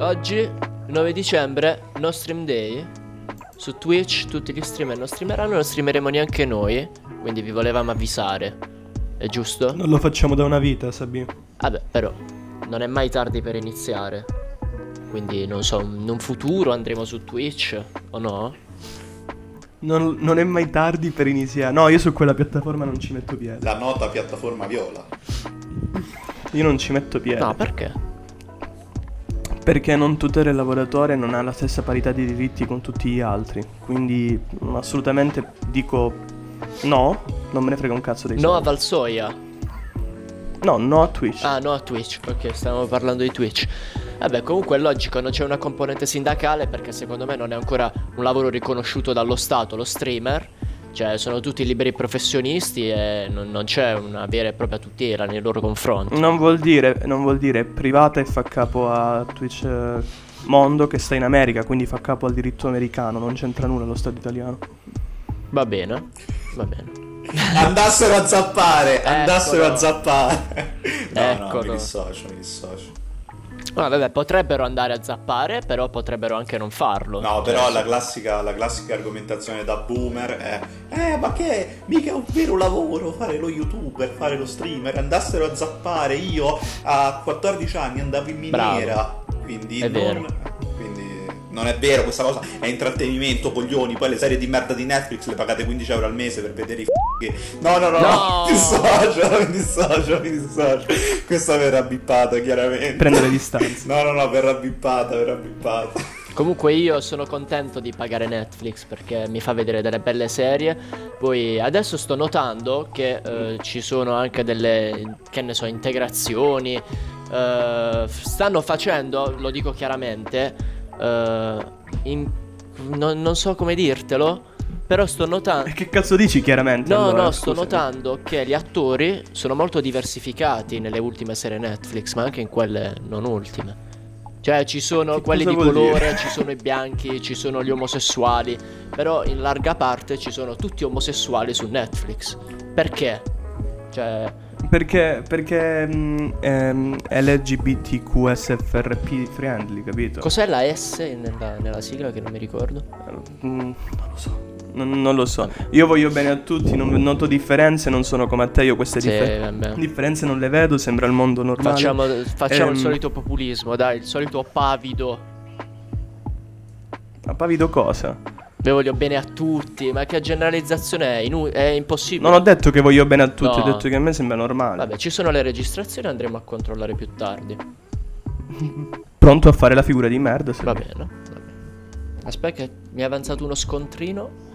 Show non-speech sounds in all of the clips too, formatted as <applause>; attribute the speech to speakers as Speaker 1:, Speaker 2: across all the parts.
Speaker 1: oggi, 9 dicembre, no stream day. Su Twitch tutti gli streamer non streameranno, non streameremo neanche noi. Quindi vi volevamo avvisare. È giusto?
Speaker 2: Non lo facciamo da una vita, Sabi.
Speaker 1: Vabbè, però non è mai tardi per iniziare. Quindi non so, in un futuro andremo su Twitch o no?
Speaker 2: Non, non è mai tardi per iniziare. No, io su quella piattaforma non ci metto piede.
Speaker 3: La nota piattaforma viola.
Speaker 2: Io non ci metto piede.
Speaker 1: No, perché?
Speaker 2: Perché non tutela il lavoratore e non ha la stessa parità di diritti con tutti gli altri. Quindi mm, assolutamente dico no, non me ne frega un cazzo dei
Speaker 1: No a
Speaker 2: soldi.
Speaker 1: Valsoia.
Speaker 2: No, no a Twitch.
Speaker 1: Ah, no, a Twitch. Ok, stavamo parlando di Twitch. Vabbè, comunque è logico, non c'è una componente sindacale perché secondo me non è ancora un lavoro riconosciuto dallo Stato, lo streamer. Cioè, sono tutti liberi professionisti e non, non c'è una vera e propria tutela nei loro confronti.
Speaker 2: Non vuol dire, non vuol dire è privata e fa capo a Twitch eh, Mondo che sta in America, quindi fa capo al diritto americano, non c'entra nulla lo Stato italiano.
Speaker 1: Va bene, va bene.
Speaker 3: Andassero a zappare, andassero
Speaker 1: Eccolo.
Speaker 3: a zappare. No, no, mi
Speaker 1: Eccolo.
Speaker 3: dissocio, mi dissocio.
Speaker 1: Ah, vabbè, potrebbero andare a zappare, però potrebbero anche non farlo.
Speaker 3: No, però
Speaker 1: Eh,
Speaker 3: la classica, la classica argomentazione da boomer è Eh, ma che? Mica è un vero lavoro fare lo youtuber, fare lo streamer, andassero a zappare. Io a 14 anni andavo in miniera, quindi
Speaker 1: È
Speaker 3: non...
Speaker 1: vero.
Speaker 3: Quindi non è vero questa cosa, è intrattenimento, coglioni, poi le serie di merda di Netflix le pagate 15 euro al mese per vedere i f***i. No, no, no,
Speaker 1: No!
Speaker 3: no, mi dissocio, <laughs> mi dissocio, mi dissocio. Questa verrà bippata, chiaramente.
Speaker 2: Prendo
Speaker 1: <laughs>
Speaker 2: le distanze.
Speaker 3: No, no, no, verrà bippata, verrà bippata.
Speaker 1: Comunque io sono contento di pagare Netflix perché mi fa vedere delle belle serie. Poi adesso sto notando che eh, ci sono anche delle, che ne so, integrazioni. Eh, stanno facendo, lo dico chiaramente, eh, in- non, non so come dirtelo, però sto notando...
Speaker 2: E che cazzo dici chiaramente?
Speaker 1: No,
Speaker 2: allora?
Speaker 1: no, sto
Speaker 2: eh, Scusami.
Speaker 1: notando che gli attori sono molto diversificati nelle ultime serie Netflix, ma anche in quelle non ultime. Cioè, ci sono
Speaker 2: Che
Speaker 1: quelli
Speaker 2: cosa
Speaker 1: di
Speaker 2: vuol
Speaker 1: colore,
Speaker 2: dire?
Speaker 1: ci sono i bianchi, ci sono gli omosessuali, però in larga parte ci sono tutti omosessuali su Netflix. Perché? Cioè,
Speaker 2: Perché, perché mh, ehm, LGBTQSFRP friendly, capito?
Speaker 1: cos'è la S nella, nella sigla che non mi ricordo?
Speaker 2: Mm, non lo so. Non, non lo so. Io voglio bene a tutti, non noto differenze, non sono come a te, io queste
Speaker 1: Sì,
Speaker 2: differ-
Speaker 1: vabbè.
Speaker 2: differenze non le vedo, sembra il mondo normale.
Speaker 1: Facciamo, facciamo
Speaker 2: Ehm,
Speaker 1: il solito populismo, dai, il solito pavido.
Speaker 2: Ma pavido cosa?
Speaker 1: Ve voglio bene a tutti, ma che generalizzazione è? Inu- è impossibile.
Speaker 2: Non ho detto che voglio bene a tutti,
Speaker 1: No.
Speaker 2: ho detto che a me sembra normale.
Speaker 1: Vabbè, ci sono le registrazioni, andremo a controllare più tardi.
Speaker 2: Pronto a fare la figura di merda? se-
Speaker 1: Va bene, va bene. Aspetta, che mi è avanzato uno scontrino.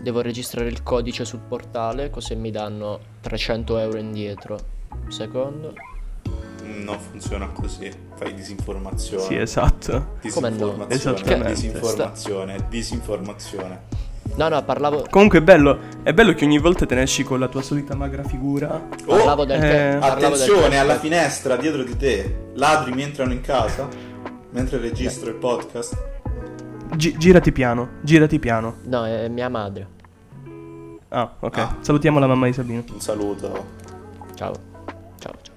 Speaker 1: Devo registrare il codice sul portale, così mi danno 300 euro indietro. Un secondo.
Speaker 3: Non funziona così, fai disinformazione.
Speaker 2: Sì, esatto.
Speaker 1: Come no?
Speaker 3: Disinformazione,
Speaker 2: Esattamente.
Speaker 3: disinformazione, disinformazione.
Speaker 1: No, no, parlavo,
Speaker 2: Comunque è bello, è bello che ogni volta te ne esci con la tua solita magra figura.
Speaker 1: parlavo del te-
Speaker 2: eh,
Speaker 1: parlavo del
Speaker 3: Oh, Attenzione
Speaker 1: te-
Speaker 3: alla finestra dietro di te. Ladri mi entrano in casa mentre registro il podcast.
Speaker 2: Gi- girati piano, girati piano.
Speaker 1: No, è mia madre.
Speaker 2: Ah, ok.
Speaker 3: Ah.
Speaker 2: Salutiamo la mamma di Sabino.
Speaker 3: Un saluto.
Speaker 1: Ciao. Ciao, ciao.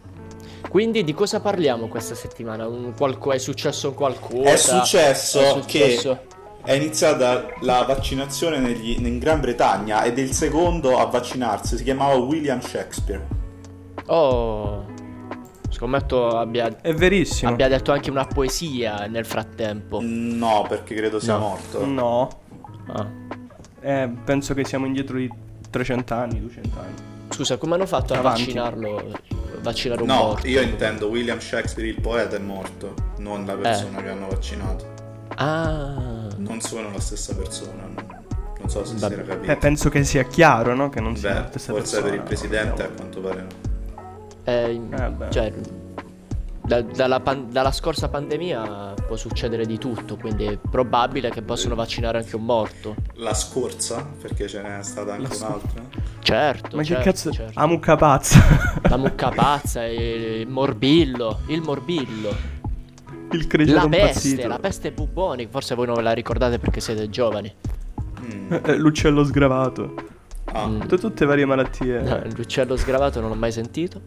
Speaker 1: Quindi di cosa parliamo questa settimana? Un qualco- è successo un qualcosa?
Speaker 3: È successo
Speaker 1: È
Speaker 3: che-
Speaker 1: successo?
Speaker 3: È iniziata la vaccinazione negli- in Gran Bretagna ed è il secondo a vaccinarsi, si chiamava William Shakespeare.
Speaker 1: Oh. Scommetto abbia
Speaker 2: È verissimo.
Speaker 1: abbia detto anche una poesia nel
Speaker 3: Mm.
Speaker 1: frattempo.
Speaker 3: No, perché credo sia
Speaker 1: No.
Speaker 3: morto.
Speaker 2: No.
Speaker 1: Ah.
Speaker 2: Eh, penso che siamo indietro di 300 anni, 200 anni.
Speaker 1: Scusa, come hanno fatto a
Speaker 2: Avanti.
Speaker 1: vaccinarlo? Vaccinare un
Speaker 3: No,
Speaker 1: morto?
Speaker 3: io intendo William Shakespeare, il poeta è morto, non
Speaker 2: Eh.
Speaker 3: la persona che hanno vaccinato.
Speaker 1: Ah,
Speaker 3: Non sono la stessa persona, non, non so se
Speaker 1: Vabbè.
Speaker 3: si era capito.
Speaker 2: Eh, penso che sia chiaro, no? Che non sia la
Speaker 3: Beh,
Speaker 2: stessa
Speaker 3: forse per il
Speaker 2: persona,
Speaker 3: presidente a
Speaker 2: no?
Speaker 3: quanto pare no.
Speaker 1: eh,
Speaker 2: beh.
Speaker 1: cioè, da- dalla, pan- dalla scorsa pandemia può succedere di tutto, quindi è probabile che possano vaccinare anche un morto.
Speaker 3: La scorsa, perché ce n'è stata anche
Speaker 2: La scorsa.
Speaker 3: un'altra.
Speaker 1: Certo,
Speaker 2: Ma che
Speaker 1: certo,
Speaker 2: cazzo?
Speaker 1: certo.
Speaker 2: Ah, mucca pazza.
Speaker 1: La mucca pazza, il morbillo, il morbillo,
Speaker 2: <laughs> il crescere
Speaker 1: la
Speaker 2: impazzito.
Speaker 1: peste, la peste bubonica, forse voi non ve la ricordate perché siete giovani.
Speaker 3: Mm.
Speaker 2: <laughs> Eh, eh, L'uccello sgravato.
Speaker 3: Ah,
Speaker 1: Mm.
Speaker 2: Tutte, tutte varie malattie.
Speaker 1: No, l'uccello sgravato non l'ho mai sentito.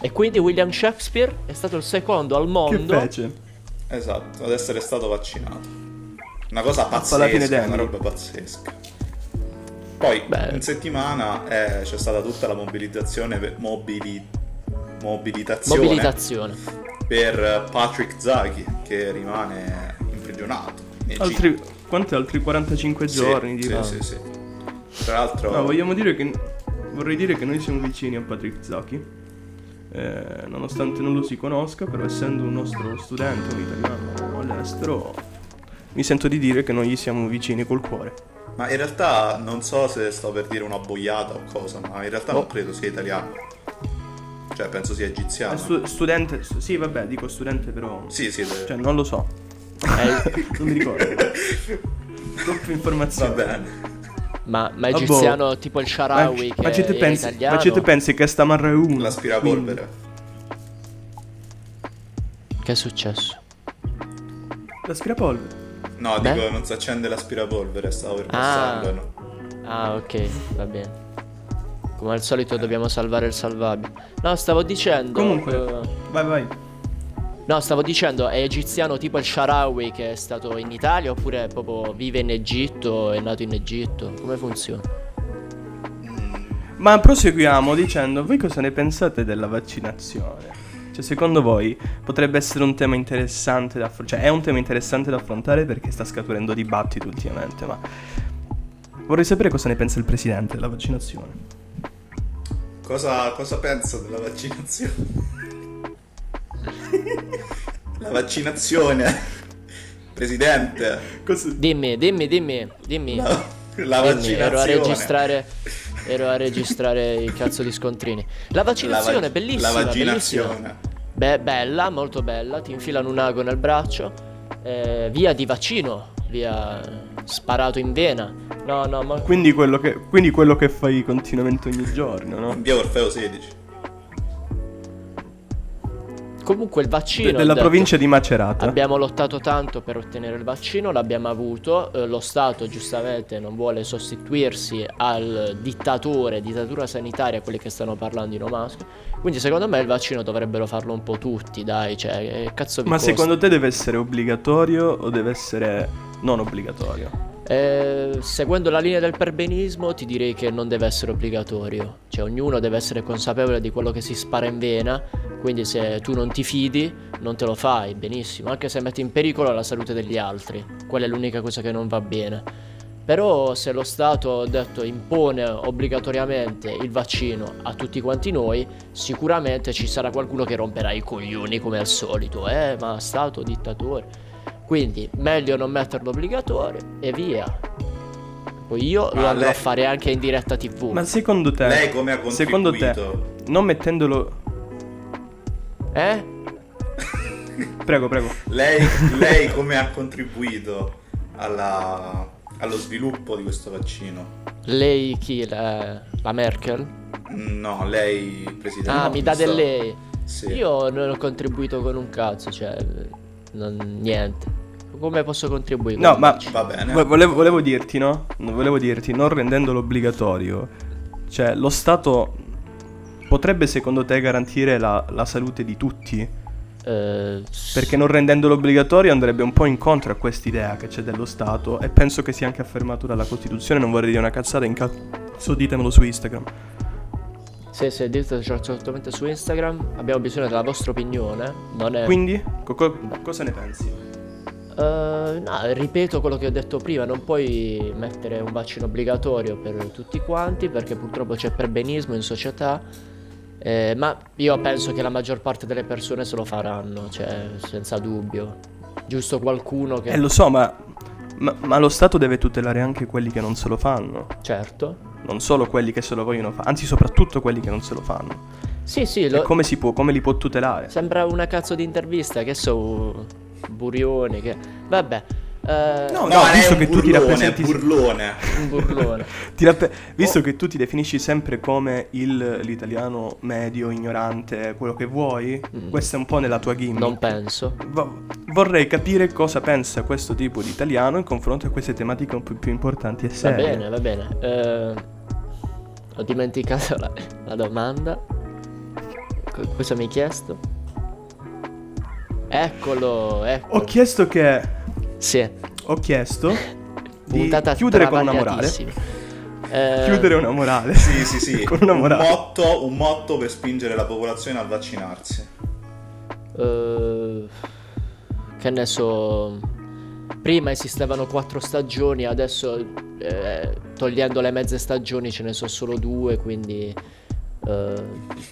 Speaker 1: E quindi William Shakespeare è stato il secondo al
Speaker 2: Che
Speaker 1: mondo
Speaker 2: fece?
Speaker 3: Esatto, ad essere stato vaccinato. Una cosa
Speaker 2: Alla Ah, fine
Speaker 3: pazzesca,
Speaker 2: d'anno.
Speaker 3: una roba pazzesca. Poi
Speaker 1: Beh.
Speaker 3: in settimana eh, c'è stata tutta la mobilizzazione per, mobili- mobilitazione
Speaker 1: mobilitazione.
Speaker 3: per eh, Patrick Zaghi che rimane imprigionato. in Egitto.
Speaker 2: Altri, quanti altri 45
Speaker 3: Sì,
Speaker 2: giorni
Speaker 3: sì,
Speaker 2: di là. Ah,
Speaker 3: sì, sì. Tra l'altro
Speaker 2: No, vogliamo dire che vorrei dire che noi siamo vicini a Patrick Zaki. eh, nonostante non lo si conosca, però essendo un nostro studente, un italiano all'estero, mi sento di dire che noi gli siamo vicini col cuore.
Speaker 3: Ma in realtà non so se sto per dire una boiata o cosa, ma in realtà
Speaker 2: Oh.
Speaker 3: non credo sia italiano. Cioè, penso sia
Speaker 2: Eh,
Speaker 3: egiziano.
Speaker 2: stu- studente, stu- sì, vabbè, dico studente, però.
Speaker 3: Sì, sì, de-
Speaker 2: Cioè, non lo so,
Speaker 1: È-
Speaker 2: non mi ricordo.
Speaker 3: <laughs>
Speaker 2: Troppe
Speaker 3: va
Speaker 2: informazioni.
Speaker 3: bene.
Speaker 1: ma, ma è
Speaker 2: Ah, boh.
Speaker 1: egiziano tipo il
Speaker 2: Ma,
Speaker 1: Sharawi che
Speaker 2: ma ci te
Speaker 1: era
Speaker 2: pensi,
Speaker 1: italiano.
Speaker 2: ma ci te pensi che sta Marra 1?
Speaker 3: L'aspirapolvere.
Speaker 1: Che è successo?
Speaker 2: L'aspirapolvere.
Speaker 3: No,
Speaker 1: Beh.
Speaker 3: dico, non si accende l'aspirapolvere, stavo per
Speaker 1: Ah.
Speaker 3: passarlo. no?
Speaker 1: Ah, ok, va bene. Come al solito dobbiamo salvare il salvabile. No, stavo dicendo.
Speaker 2: Comunque,
Speaker 1: eh,
Speaker 2: vai, vai.
Speaker 1: no, stavo dicendo, è egiziano tipo il Sharawi che è stato in Italia oppure proprio vive in Egitto, è nato in Egitto? Come funziona?
Speaker 2: Ma proseguiamo dicendo, voi cosa ne pensate della vaccinazione? Cioè, secondo voi potrebbe essere un tema interessante da affrontare? Cioè, è un tema interessante da affrontare perché sta scaturendo dibattito ultimamente, ma vorrei sapere cosa ne pensa il presidente della vaccinazione.
Speaker 3: Cosa, cosa penso della vaccinazione?
Speaker 2: <laughs>
Speaker 3: La vaccinazione, presidente.
Speaker 1: Dimmi, dimmi, dimmi, dimmi.
Speaker 3: La
Speaker 1: Dimmi, ero a
Speaker 3: vaccinazione.
Speaker 1: registrare. Ero a registrare il cazzo di scontrini. La vaccinazione è
Speaker 3: vac-
Speaker 1: bellissima.
Speaker 3: La
Speaker 1: bellissima.
Speaker 3: vaccinazione.
Speaker 1: Beh, bella, molto bella. Ti infilano un ago nel braccio. eh, via di vaccino. Via sparato in vena. No, no, ma.
Speaker 2: Quindi quello che, quindi quello che fai continuamente ogni giorno, no?
Speaker 3: In via Orfeo 16.
Speaker 1: Comunque il
Speaker 2: De-
Speaker 1: vaccino. ho
Speaker 2: della
Speaker 1: detto,
Speaker 2: provincia di Macerata.
Speaker 1: Abbiamo lottato tanto per ottenere il vaccino, l'abbiamo avuto, eh, lo Stato giustamente non vuole sostituirsi al dittatore, dittatura sanitaria, quelli che stanno parlando in Omasco, quindi secondo me il vaccino dovrebbero farlo un po' tutti, dai, cioè, che cazzo vi
Speaker 2: Ma
Speaker 1: costa?
Speaker 2: secondo te deve essere obbligatorio o deve essere non obbligatorio?
Speaker 1: Eh, seguendo la linea del perbenismo ti direi che non deve essere obbligatorio, cioè ognuno deve essere consapevole di quello che si spara in vena, quindi se tu non ti fidi non te lo fai, benissimo, anche se metti in pericolo la salute degli altri, quella è l'unica cosa che non va bene. Però se lo Stato, ho detto, impone obbligatoriamente il vaccino a tutti quanti noi, sicuramente ci sarà qualcuno che romperà i coglioni come al solito, eh, ma Stato, dittatore. Quindi meglio non metterlo obbligatorio e via. Poi io
Speaker 3: Ma
Speaker 1: lo andrò
Speaker 3: lei-
Speaker 1: a fare anche in diretta tv.
Speaker 2: Ma secondo te...
Speaker 3: Lei come ha contribuito?
Speaker 2: Secondo te, non mettendolo...
Speaker 1: Eh?
Speaker 2: Prego, prego.
Speaker 3: Lei, lei come ha contribuito alla- allo sviluppo di questo vaccino?
Speaker 1: Lei chi? La, la Merkel?
Speaker 3: No, lei,
Speaker 2: Eh,
Speaker 3: presidente.
Speaker 1: ah,
Speaker 3: no,
Speaker 1: mi dà
Speaker 3: sto-
Speaker 1: del lei.
Speaker 3: Sì.
Speaker 1: Io non ho contribuito con un cazzo, cioè... non- niente. Come posso contribuire?
Speaker 2: No, ma
Speaker 3: Va bene.
Speaker 2: vo- volevo, volevo dirti, no? No, Volevo dirti, non rendendolo obbligatorio, cioè lo Stato potrebbe secondo te garantire la, la salute di tutti?
Speaker 1: Eh,
Speaker 2: Perché non rendendolo obbligatorio andrebbe un po' incontro a quest'idea che c'è dello Stato e penso che sia anche affermato dalla Costituzione, non vorrei dire una cazzata, in caso ditemelo su Instagram.
Speaker 1: Sì, sì, ditelo certamente su Instagram. Abbiamo bisogno della vostra opinione. Non è...
Speaker 2: Quindi, co- co- cosa ne pensi?
Speaker 1: Eh, no, ripeto quello che ho detto prima, non puoi mettere un vaccino obbligatorio per tutti quanti perché purtroppo c'è perbenismo in società, eh, ma io penso che la maggior parte delle persone se lo faranno, cioè senza dubbio. Giusto qualcuno che...
Speaker 2: Eh lo so, ma, ma- ma lo Stato deve tutelare anche quelli che non se lo fanno,
Speaker 1: Certo.
Speaker 2: non solo quelli che se lo vogliono fare, anzi soprattutto quelli che non se lo fanno.
Speaker 1: Sì, sì,
Speaker 2: E
Speaker 1: lo...
Speaker 2: Cioè, come si può, come li può tutelare?
Speaker 1: sembra una cazzo di intervista, che so... Burione, che... Vabbè. eh,
Speaker 2: No,
Speaker 3: No, lei è
Speaker 2: visto
Speaker 3: un
Speaker 2: che tu ti
Speaker 3: burlone,
Speaker 2: rappresenti-
Speaker 3: burlone.
Speaker 1: Un
Speaker 2: <laughs>
Speaker 1: burlone.
Speaker 2: Ti rappe-
Speaker 1: Oh.
Speaker 2: visto che tu ti definisci sempre come il- l'italiano medio, ignorante, quello che vuoi,
Speaker 1: Mm.
Speaker 2: questa è un po' nella tua gimmick.
Speaker 1: non penso.
Speaker 2: Vo- vorrei capire cosa pensa questo tipo di italiano in confronto a queste tematiche un po' più importanti e
Speaker 1: Va
Speaker 2: serie.
Speaker 1: bene, va bene. Eh, ho dimenticato la, la domanda. Co- cosa mi hai chiesto? Eccolo, ecco.
Speaker 2: Ho chiesto che.
Speaker 1: Sì,
Speaker 2: Ho
Speaker 1: <laughs>
Speaker 2: chiesto. Di
Speaker 1: puntata
Speaker 2: chiudere con una morale.
Speaker 1: travagliatissima. Eh,
Speaker 2: Chiudere una morale.
Speaker 3: Sì, sì,
Speaker 2: <laughs>
Speaker 3: sì.
Speaker 2: Con una
Speaker 3: un,
Speaker 2: morale.
Speaker 3: motto, un motto per spingere la popolazione a vaccinarsi.
Speaker 1: eh, che ne so. Prima esistevano quattro stagioni, adesso eh, togliendo le mezze stagioni ce ne sono solo due, quindi eh,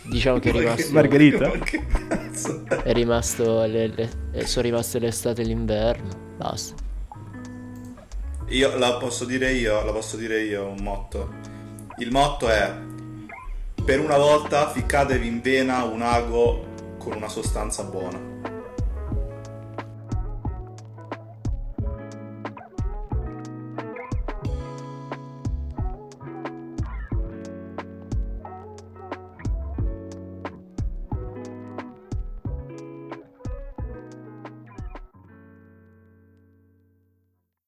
Speaker 1: diciamo che è rimasto,
Speaker 2: Margherita?
Speaker 3: Ma che cazzo?
Speaker 1: è rimasto le- le- eh, sono rimaste l'estate e l'inverno. Basta.
Speaker 3: Io la posso dire io, la posso dire io un motto. Il motto è per una volta ficcatevi in vena un ago con una sostanza buona.